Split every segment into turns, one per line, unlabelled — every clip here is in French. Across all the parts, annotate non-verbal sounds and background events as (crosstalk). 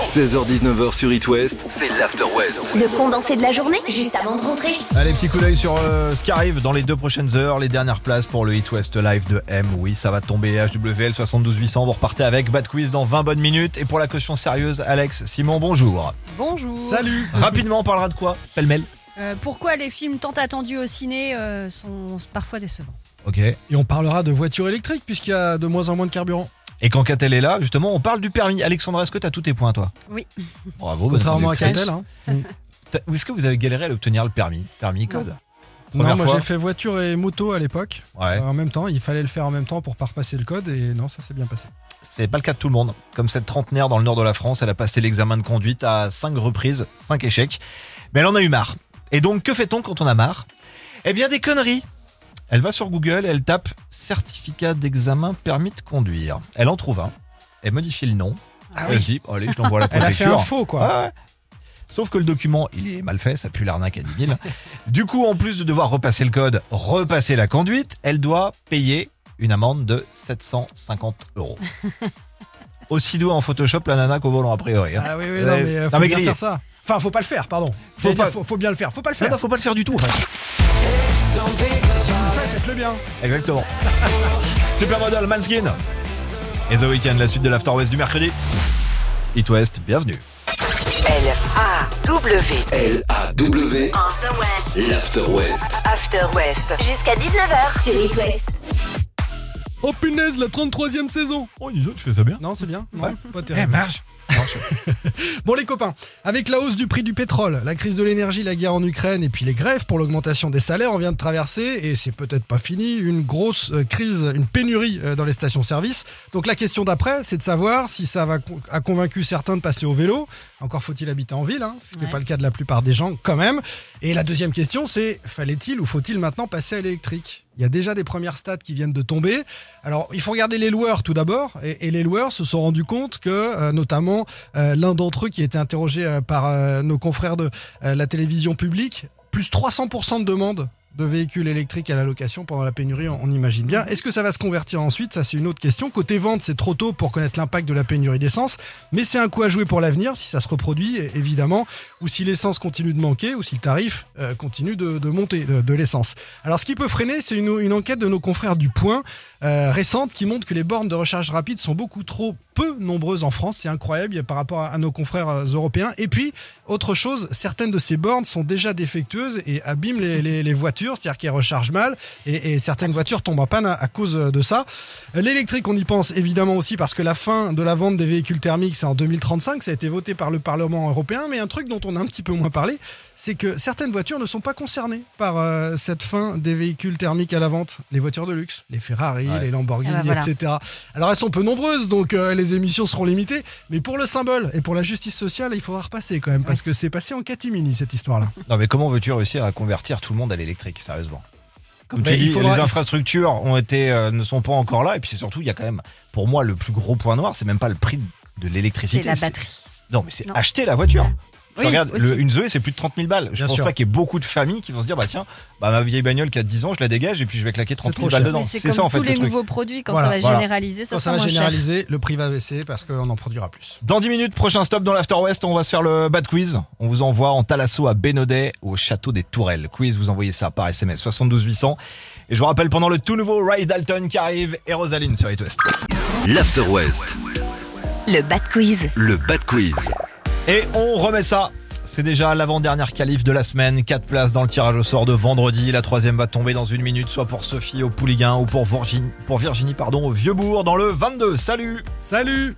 16h-19h sur It West, c'est l'After West.
Le condensé de la journée, juste avant de rentrer.
Allez, petit coup d'œil sur euh, ce qui arrive dans les deux prochaines heures, les dernières places pour le Hit West Live de M. Oui, ça va tomber. HWL 72800, vous repartez avec Bad Quiz dans 20 bonnes minutes. Et pour la caution sérieuse, Alex, Simon, bonjour.
Bonjour. (laughs)
Salut. Rapidement, on parlera de quoi Pêle-mêle.
Euh, pourquoi les films tant attendus au ciné euh, sont parfois décevants
Ok.
Et on parlera de voitures électriques puisqu'il y a de moins en moins de carburant.
Et quand Catel est là, justement, on parle du permis. Alexandra, est-ce que t'as tous tes points, toi
Oui.
Bravo.
Contrairement à
bonne
Catel. Hein.
T'as- Est-ce que vous avez galéré à obtenir le permis Permis, code Première
Non, moi
fois.
j'ai fait voiture et moto à l'époque.
Ouais.
Euh, En même temps, il fallait le faire en même temps pour pas repasser le code et non, ça s'est bien passé.
C'est pas le cas de tout le monde. Comme cette trentenaire dans le nord de la France, elle a passé l'examen de conduite à cinq reprises, cinq échecs. Mais elle en a eu marre. Et donc, que fait-on quand on a marre Eh bien, des conneries Elle va sur Google, elle tape certificat d'examen permis de conduire. Elle en trouve un, elle modifie le nom. elle se dit, oh, allez, je l'envoie à la
Ah (laughs) Elle a fait
préfecture.
un faux quoi.
Ouais, ouais. Sauf que le document, il est mal fait, ça pue l'arnaque à
(laughs)
10 000. du coup, en plus de devoir repasser le code, repasser la conduite, elle doit payer une amende de 750
(laughs)
euros. Aussi doué en Photoshop la nana qu'au volant, a priori. hein.
Ah oui, oui,
Ouais.
non, mais euh,
Non,
faut
mais
bien
grillé.
faire ça. Enfin, faut pas le faire, pardon.
Faut
Faut,
pas-
faut, faut bien le faire, faut pas le
Non,
faire.
non, faut pas le faire du tout. hein. en fait.
Si vous le faites, faites-le bien. (laughs)
Exactement. Supermodel, Manskin. Et The Weeknd, la suite de l'After West du mercredi. It West, bienvenue.
L-A-W.
L-A-W,
After West.
l'After West.
After West.
Jusqu'à 19h sur It West.
Oh punaise, la 33e saison.
Oh, dis tu fais ça bien.
Non, c'est bien. Non,
Ouais.
pas
Eh,
terrible.
marche.
Bon les copains, avec la hausse du prix du pétrole, la crise de l'énergie, la guerre en Ukraine et puis les grèves pour l'augmentation des salaires, on vient de traverser, et c'est peut-être pas fini, une grosse euh, crise, une pénurie euh, dans les stations-service. Donc la question d'après, c'est de savoir si ça va con- a convaincu certains de passer au vélo. Encore faut-il habiter en ville, hein, ce qui n'est
Ouais.
pas le cas de la plupart des gens quand même. Et la deuxième question, c'est fallait-il ou faut-il maintenant passer à l'électrique Il y a déjà des premières stats qui viennent de tomber. Alors, il faut regarder les loueurs tout d'abord. Et, et les loueurs se sont rendus compte que, euh, notamment, euh, l'un d'entre eux qui a été interrogé euh, par euh, nos confrères de euh, la télévision publique, plus 300% de demandes de véhicules électriques à la location pendant la pénurie, on, on imagine bien. Est-ce que ça va se convertir ensuite Ça, c'est une autre question. Côté vente, c'est trop tôt pour connaître l'impact de la pénurie d'essence, mais c'est un coup à jouer pour l'avenir si ça se reproduit, é- évidemment, ou si l'essence continue de manquer, ou si le tarif euh, continue de, de monter de, de l'essence. Alors, ce qui peut freiner, c'est une- une enquête de nos confrères du Point euh, récente qui montre que les bornes de recharge rapide sont beaucoup trop peu nombreuses en France. C'est incroyable il y a par rapport à, à nos confrères euh, européens. Et puis, autre chose, certaines de ces bornes sont déjà défectueuses et abîment les, les- les voitures, c'est-à-dire qu'elles rechargent mal et, et certaines voitures tombent en panne à, à cause de ça. Euh, L'électrique, on y pense évidemment aussi parce que la fin de la vente des véhicules thermiques, c'est en 2035, ça a été voté par le Parlement européen. Mais un truc dont on a un petit peu moins parlé, c'est que certaines voitures ne sont pas concernées par euh, cette fin des véhicules thermiques à la vente. Les voitures de luxe, les Ferrari,
Ouais.
les Lamborghini,
Ah bah voilà.
etc. Alors elles sont peu nombreuses, donc euh, les émissions seront limitées. Mais pour le symbole et pour la justice sociale, il faudra repasser quand même, parce que c'est passé en catimini cette histoire-là.
Non, mais comment veux-tu réussir à convertir tout le monde à l'électrique, sérieusement Comme tu
Mais
dis,
il faudra-
les infrastructures ont été, euh, ne sont pas encore là. Et puis c'est surtout, il y a quand même, pour moi, le plus gros point noir, c'est même pas le prix de l'électricité.
C'est la
c'est-
batterie.
Non, mais c'est
Non.
acheter la voiture. Je
Oui,
regarde,
aussi.
le- une Zoé, c'est plus de 30 000 balles. Je
Bien
pense
sûr.
pas qu'il y ait beaucoup de familles qui vont se dire, bah tiens, bah, ma vieille bagnole qui a 10 ans, je la dégage et puis je vais claquer 30
C'est
000
trop
balles
cher.
dedans.
Mais c'est
C'est
comme
ça, en fait,
tous
le
les
truc.
nouveaux produits, quand
Voilà,
ça va
voilà.
généraliser, ça,
Quand ça
sera
va
moins cher.
généraliser, le prix va baisser parce qu'on en produira plus.
Dans 10 minutes, prochain stop dans l'After West, on va se faire le bad quiz. On vous envoie en Talasso à Bénodet, au château des Tourelles. Quiz, vous envoyez ça par SMS 72 800. Et je vous rappelle pendant le tout nouveau Ray Dalton qui arrive et Rosaline sur It West.
L'After West,
Le Bad Quiz.
le Bad Quiz.
Et on remet ça. C'est déjà l'avant-dernière qualif de la semaine. 4 places dans le tirage au sort de vendredi. La troisième va tomber dans une minute, soit pour Sophie au Pouliguen ou pour Virginie, pour Virginie pardon, au Vieux-Bourg dans le 22. Salut
Salut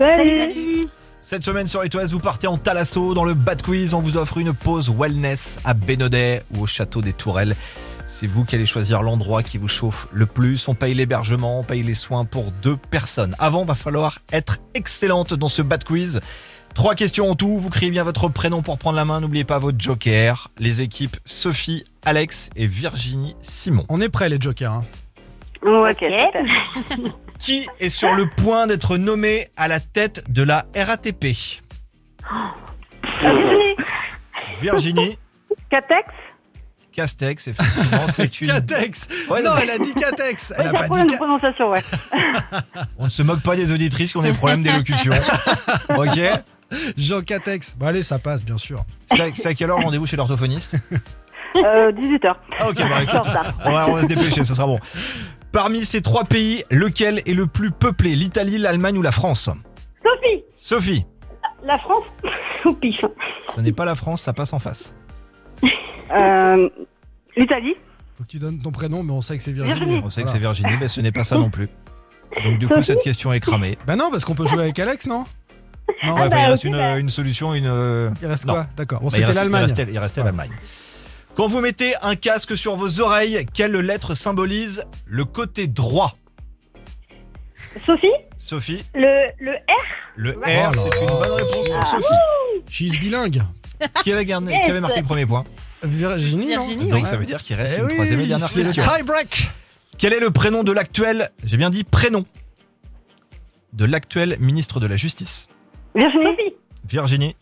Cette semaine sur It West, vous partez en Talasso dans le Bad Quiz. On vous offre une pause wellness à Bénodet ou au Château des Tourelles. C'est vous qui allez choisir l'endroit qui vous chauffe le plus. On paye l'hébergement, on paye les soins pour deux personnes. Avant, va falloir être excellente dans ce Bad Quiz. Trois questions en tout. Vous criez bien votre prénom pour prendre la main. N'oubliez pas votre joker. Les équipes Sophie, Alex et Virginie Simon.
On est prêts les jokers. hein.
Ok.
Qui est sur le point d'être nommé à la tête de la RATP Virginie.
Catex
Castex, effectivement,
(laughs)
c'est une.
Catex
Ouais, non,
Non,
mais
elle a dit
(laughs)
Catex
Oui,
Elle a
c'est un
pas
problème
dit
de
Ca-
prononciation, ouais.
On ne se moque pas des auditrices qui ont des problèmes d'élocution. ok
Jean Catex. Bah allez, ça passe, bien sûr.
C'est à- c'est à quelle heure le rendez-vous chez l'orthophoniste
Euh, 18h.
Ah, ok, bah écoute,
En retard.
on va, on va se dépêcher, ce sera bon. Parmi ces trois pays, lequel est le plus peuplé L'Italie, l'Allemagne ou la France
Sophie,
Sophie,
la France ou pif
ce n'est pas la France, ça passe en face.
euh, L'Italie
Faut que tu donnes ton prénom, mais on sait que c'est Virginie.
Virginie.
On sait que
Voilà.
c'est Virginie, mais ce n'est pas ça non plus. Donc du coup, cette question est cramée.
Bah non, parce qu'on peut jouer avec Alex, non Non, bah,
Ouais, il
bah,
reste
ok,
une,
bah.
une solution, une... euh,
il reste
non.
quoi D'accord. Bon,
Bah, il
c'était
restait-
l'Allemagne.
Il restait, il restait l'Allemagne. Quand vous mettez un casque sur vos oreilles, quelle lettre symbolise le côté droit
Sophie
Sophie,
le, le R
le R,
Oh
là
c'est une
là.
bonne réponse
Ah.
pour Sophie.
She's bilingue.
Qui avait, gagné- qui avait marqué le premier point.
Virginie, non
Virginie, oui.
Donc ça veut dire qu'il reste
Eh
une
oui,
troisième et dernière
c'est le
question.
tie break.
Quel est le prénom de l'actuel, j'ai bien dit prénom, de l'actuel ministre de la Justice
Virginie Sophie
Virginie.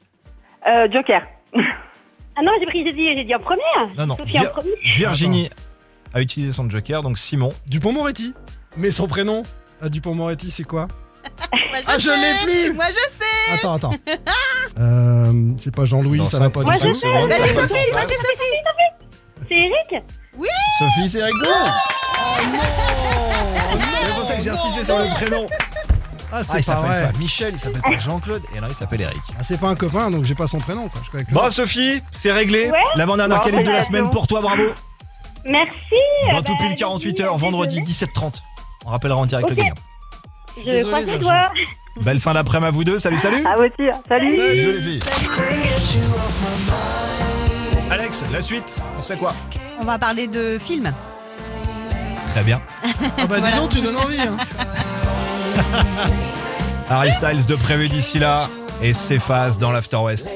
euh, Joker. ah non, j'ai pris, j'ai dit, j'ai dit en première.
Non, non.
Sophie en
Vir-
premier.
Virginie a utilisé son joker, donc Simon.
Dupont-Moretti. Mais son prénom à Dupont-Moretti, c'est quoi
Moi, Bah, je
Ah, je
sais.
l'ai plus
Moi, je sais
Attends,
(laughs)
attends. Euh, c'est pas Jean-Louis,
Dans
ça
cinq-
va pas du
dans
Moi,
tout.
cinq
je
secondes,
Vas-y,
ça passe en
Sophie
face.
Vas-y, Sophie
C'est Eric
Sophie, c'est rigolo C'est pour ça que j'ai insisté sur le prénom.
Ah,
Ah, il
c'est pas
s'appelle
vrai.
pas Michel, il s'appelle pas Jean-Claude, et alors il s'appelle Eric.
Ah, c'est pas un copain, donc j'ai pas son prénom. Quoi. Je connais que le
Bon, Sophie, c'est réglé.
Ouais.
L'avant-dernière
Bon,
qualif de la
félicitations.
semaine pour toi, bravo.
Merci.
Dans
bah,
tout pile 48 heures,
désolée.
vendredi 17h30. On rappellera en direct
Ok.
le gagnant.
Je
Désolée,
crois que
Virginie.
(laughs)
toi.
Belle fin d'après-midi à vous deux. Salut, salut.
Ah, aussi. Salut.
Salut les filles. Alex, la suite, on se fait quoi
On va parler de films.
Très bien.
Ah bah dis donc, tu donnes envie. hein.
Harry Styles de prévu d'ici là et s'efface dans l'After West.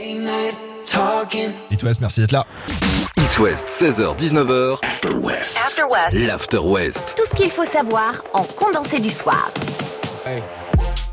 It West, merci d'être là.
It West, 16h-19h. After West.
After West.
L'After West.
Tout ce qu'il faut savoir en condensé du soir.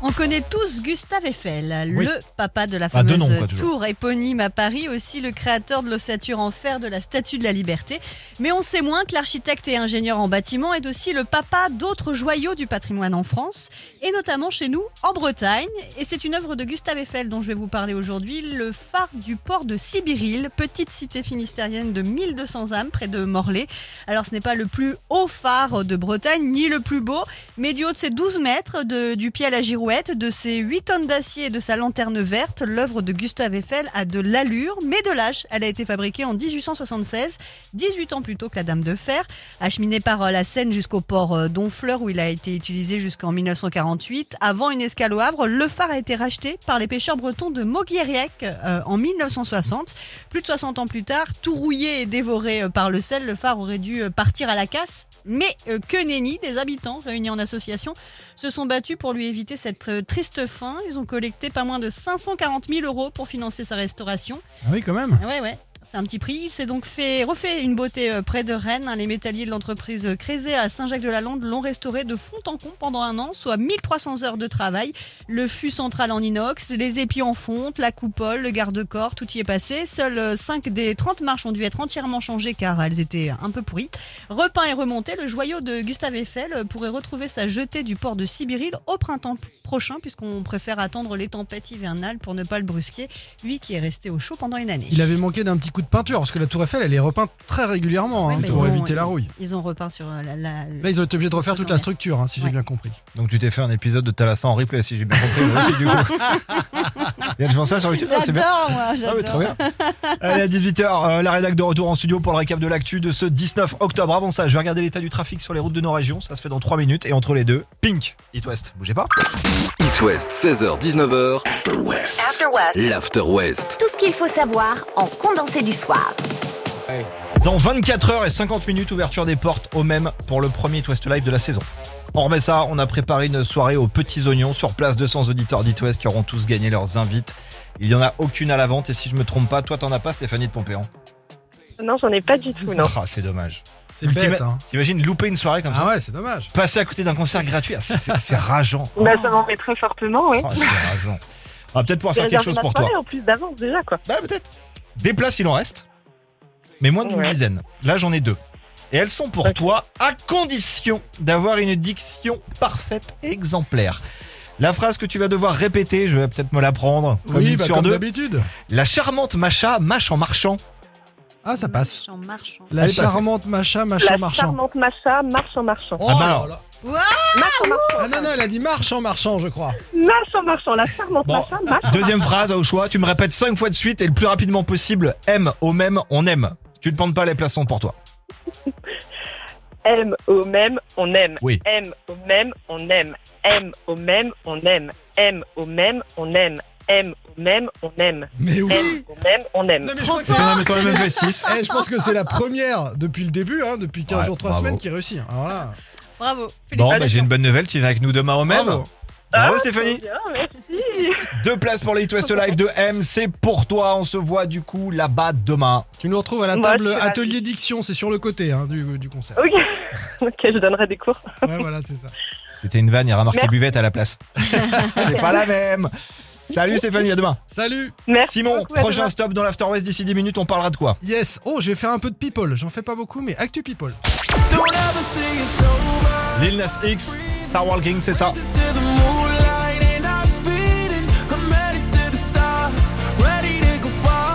On connaît tous Gustave Eiffel,
Oui.
le papa de la
Ah, de
fameuse
nom, quoi, toujours.
tour éponyme à Paris, aussi le créateur de l'ossature en fer de la Statue de la Liberté. Mais on sait moins que l'architecte et ingénieur en bâtiment est aussi le papa d'autres joyaux du patrimoine en France, et notamment chez nous, en Bretagne. Et c'est une œuvre de Gustave Eiffel dont je vais vous parler aujourd'hui, le phare du port de Sibiril, petite cité finistérienne de 1200 âmes près de Morlaix. Alors ce n'est pas le plus haut phare de Bretagne, ni le plus beau, mais du haut de ses 12 mètres, de- du pied à la girouette, de ses 8 tonnes d'acier et de sa lanterne verte, l'œuvre de Gustave Eiffel a de l'allure, mais de l'âge. Elle a été fabriquée en 1876, 18 ans plus tôt que la Dame de Fer, acheminée par euh, la Seine jusqu'au port euh, d'Honfleur où il a été utilisé jusqu'en 1948. Avant une escale au Havre, le phare a été racheté par les pêcheurs bretons de Mogueriec euh, en 1960. Plus de 60 ans plus tard, tout rouillé et dévoré euh, par le sel, le phare aurait dû euh, partir à la casse. Mais euh, que nenni, des habitants réunis en association se sont battus pour lui éviter cette euh, triste fin. Ils ont collecté pas moins de 540 000 euros pour financer sa restauration.
Ah oui, quand même.
Ah Ouais, ouais. C'est un petit prix. Il s'est donc fait refait une beauté euh, près de Rennes. hein. Les métalliers de l'entreprise euh, Crézé à Saint-Jacques-de-la-Lande l'ont restauré de fond en comble pendant un an, soit 1300 heures de travail. Le fût central en inox, les épis en fonte, la coupole, le garde-corps, tout y est passé. Seules 5 des 30 marches ont dû être entièrement changées car elles étaient un peu pourries. Repeint et remonté, le joyau de Gustave Eiffel euh, pourrait retrouver sa jetée du port de Sibiril au printemps p- prochain, puisqu'on préfère attendre les tempêtes hivernales pour ne pas le brusquer, lui qui est resté au chaud pendant une année.
Il avait manqué d'un petit coup de peinture, parce que la tour Eiffel, elle est repeinte très régulièrement
Ouais,
hein,
mais
pour
ils ont-
éviter la rouille.
Ils ont repeint sur euh, la. la-
Là, ils ont été obligés de refaire toute la structure, hein, si j'ai
Ouais.
bien compris.
Donc tu t'es fait un épisode de Talassa en replay si j'ai bien compris. Moi aussi, du
(laughs)
coup. Bien, je vends ça sur YouTube, ça, c'est bien.
J'adore, moi,
Ah oui, très
j'adore.
bien. Allez, à 18h, la rédac de retour en studio pour le récap de l'actu de ce 19 octobre. Avant ça, je vais regarder l'état du trafic sur les routes de nos régions. Ça se fait dans 3 minutes. Et entre les deux, Pink, It West. Bougez pas.
It West, 16h-19h. After West.
After West.
L'After West.
Tout ce qu'il faut savoir en condensé du soir.
Dans 24 heures et 50 minutes, ouverture des portes au même pour le premier It West Live de la saison. On remet ça, on a préparé une soirée aux petits oignons sur place 200 auditeurs d'It West qui auront tous gagné leurs invites. Il y en a aucune à la vente et si je me trompe pas, toi t'en as pas Stéphanie de Pompéan.
Non, j'en ai pas du tout, non.
Ah, c'est dommage.
C'est bête,
Ultima-
hein.
T'imagines louper une soirée comme ça
Ah ouais, c'est dommage.
Passer à côté d'un concert gratuit, ah, c'est- c'est c'est rageant.
Bah, ça m'en met très fortement, (laughs) oui.
Ah, c'est rageant. On va peut-être pouvoir
J'ai
faire quelque
réservé
chose
ma
pour toi.
soirée en plus d'avance déjà, quoi.
Bah peut-être. Des places, il en reste. Mais moins d'une
Ouais.
dizaine. Là, j'en ai deux. Et elles sont pour
Ok.
toi à condition d'avoir une diction parfaite et exemplaire. La phrase que tu vas devoir répéter, je vais peut-être me la prendre. Comme
oui,
une
bah,
sur
comme
deux.
d'habitude.
La charmante Macha mâche en marchant.
Ah, ça passe.
En marchant.
La
Elle passe.
charmante Macha, Macha,
La
marchand.
charmante Macha marche en marchant.
Oh
Ah bah
là
alors.
là.
Marche en marchant.
Ah non, non, elle a dit marche en marchant, je crois.
Marche en marchant. La charmante
Bon.
Macha marche.
(laughs)
Deuxième phrase au choix, tu me répètes cinq fois de suite et le plus rapidement possible. M au même, on aime. Tu ne demandes pas les plaçons pour toi.
(laughs) aime au même, on aime.
Oui.
Aime au même, on aime. Aime au même, on aime. Aime au même, on aime. Aime au même, on aime.
Mais
Aime
oui.
au même, on aime.
Non, mais je crois que
Et
c'est.
t'en as mis toi-même fait six.
Eh, je pense que c'est la première depuis le début, hein, depuis 15
Ouais,
jours, 3
bravo.
semaines, qui réussit. hein. Alors là,
Bravo.
Bon,
Félicitations.
bah, j'ai une bonne nouvelle, tu viens avec nous demain au même.
Bravo.
Bravo Stéphanie.
Bien, merci.
Deux places pour les Hit West Live de M, c'est pour toi. On se voit du coup là-bas demain.
tu nous retrouves à la
Moi,
table
je suis ravie.
Atelier Diction, c'est sur le côté hein, du, du concert.
Ok. (laughs) Ok, je donnerai des cours.
Ouais, voilà, c'est ça.
C'était une vanne, il y a remarqué
Merci.
buvette à la
(laughs)
place. c'est pas la même. Salut Stéphanie, à demain.
Salut.
Merci.
Simon,
beaucoup, à
prochain
demain.
stop dans l'After West d'ici 10 minutes, on parlera de quoi
Yes. Oh, je vais faire un peu de people. J'en fais pas beaucoup, mais Actu People.
Lil Nas X, Star Walking, c'est ça.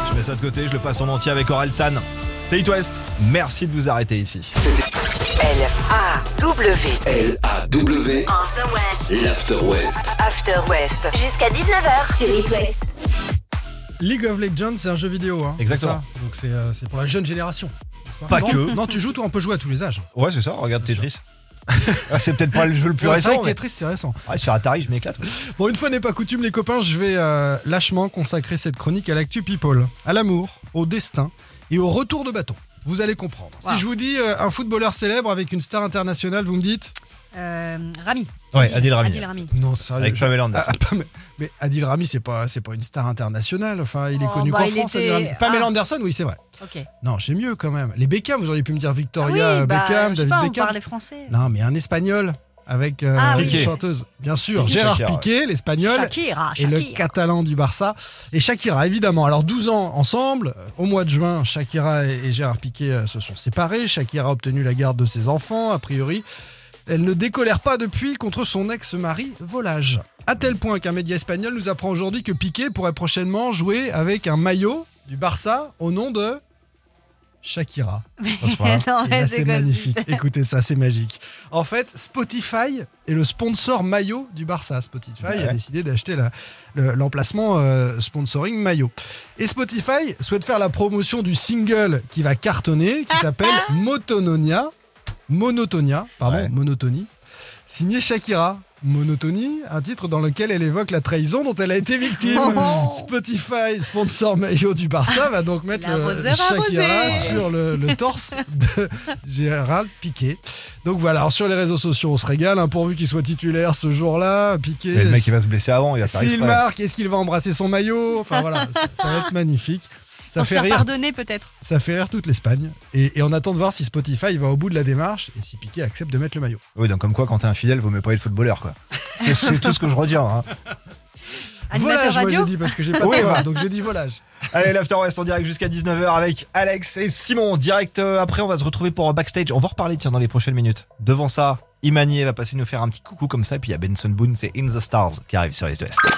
Je mets ça de côté, je le passe en entier avec Aurel San. C'est It West, merci de vous arrêter ici.
L-A-W.
L-A-W,
On the West.
l'After West.
After West.
Jusqu'à 19h sur It West.
League of Legends, c'est un jeu vidéo. Hein, c'est
Exactement.
ça Donc c'est euh, c'est pour la jeune génération. n'est-ce
Pas
non,
que.
Non, tu joues, toi, on peut jouer à tous les âges.
Ouais, c'est ça, regarde Tetris. (laughs) Ah, c'est peut-être pas le jeu le plus
Ouais, c'est vrai
récent,
que
mais
Tetris, c'est récent.
Ouais, sur Atari, je m'éclate.
Bon, une fois n'est pas coutume, les copains, je vais euh, lâchement consacrer cette chronique à l'actu people, à l'amour, au destin et au retour de bâton. Vous allez comprendre.
Wow.
Si je vous dis euh, un footballeur célèbre avec une star internationale, vous me dites
Euh, Rami.
Ouais, Adil Rami.
Adil Rami.
Non, sérieux.
Avec
je-
Pamela Anderson.
Ah, Pam- Mais Adil Rami, c'est pas, c'est pas une star internationale. Enfin, il est
Oh,
connu
bah,
qu'en
il
France.
était-
Adil Rami. Pamela
Ah.
Anderson, oui, c'est vrai.
Ok.
Non, j'ai mieux quand même. Les Beckham, vous auriez pu me dire
Ah oui,
Victoria
bah,
Beckham,
je sais
David
pas, on
Beckham.
parlait français.
Non, mais un espagnol avec euh,
Ah
une
oui.
Piqué.
chanteuse. Bien sûr,
Piqué,
Gérard
Shakira,
Piqué, l'espagnol.
Shakira,
et le
Ah, Shakira.
catalan du Barça et Shakira évidemment alors 12 ans ensemble Euh, au mois de juin Shakira et et Gérard Piqué euh, se sont séparés Shakira a obtenu la garde de ses enfants a priori elle ne décolère pas depuis contre son ex-mari volage à tel point qu'un média espagnol nous apprend aujourd'hui que Piqué pourrait prochainement jouer avec un maillot du Barça au nom de Shakira
(laughs) Non,
et là,
mais c'est
c'est
quoi ce
magnifique.
bordel
Écoutez ça, c'est magique. En fait, Spotify est le sponsor maillot du Barça. Spotify
Ouais.
a décidé d'acheter la- le- l'emplacement euh, sponsoring maillot. Et Spotify souhaite faire la promotion du single qui va cartonner, qui s'appelle Motononia. Monotonia, pardon,
Ouais.
Monotonie. Signé Shakira. Monotonie, un titre dans lequel elle évoque la trahison dont elle a été victime.
Oh.
Spotify, sponsor maillot du Barça, va donc mettre le
L'arroseur
Shakira
arrosé.
sur le, le torse de Gérald Piqué. Donc voilà, alors sur les réseaux sociaux, on se régale, hein, pourvu qu'il soit titulaire ce jour-là. Piqué,
Mais le mec, il va se blesser avant, il va faire
s'il
exprès.
marque, est-ce qu'il va embrasser son maillot Enfin voilà, ça, ça va être magnifique. Ça
Faut se
fait,
faire
rire,
pardonner peut-être.
ça fait rire toute l'Espagne. Et, et on attend de voir si Spotify va au bout de la démarche et si Piqué accepte de mettre le maillot.
Oui, donc comme quoi, quand t'es un fidèle, vaut mieux pas être footballeur, (laughs) quoi. C'est- C'est tout ce que je retiens. hein.
Animateur
volage, moi
radio.
j'ai dit, parce que j'ai pas de
Oui,
voix,
bah.
donc j'ai dit volage.
Allez, l'After West en direct jusqu'à 19h avec Alex et Simon. Direct euh, après, on va se retrouver pour un backstage. On va en reparler, tiens, dans les prochaines minutes. Devant ça, Imani elle va passer nous faire un petit coucou comme ça. Et puis il y a Benson Boone, c'est In the Stars qui arrive sur les West.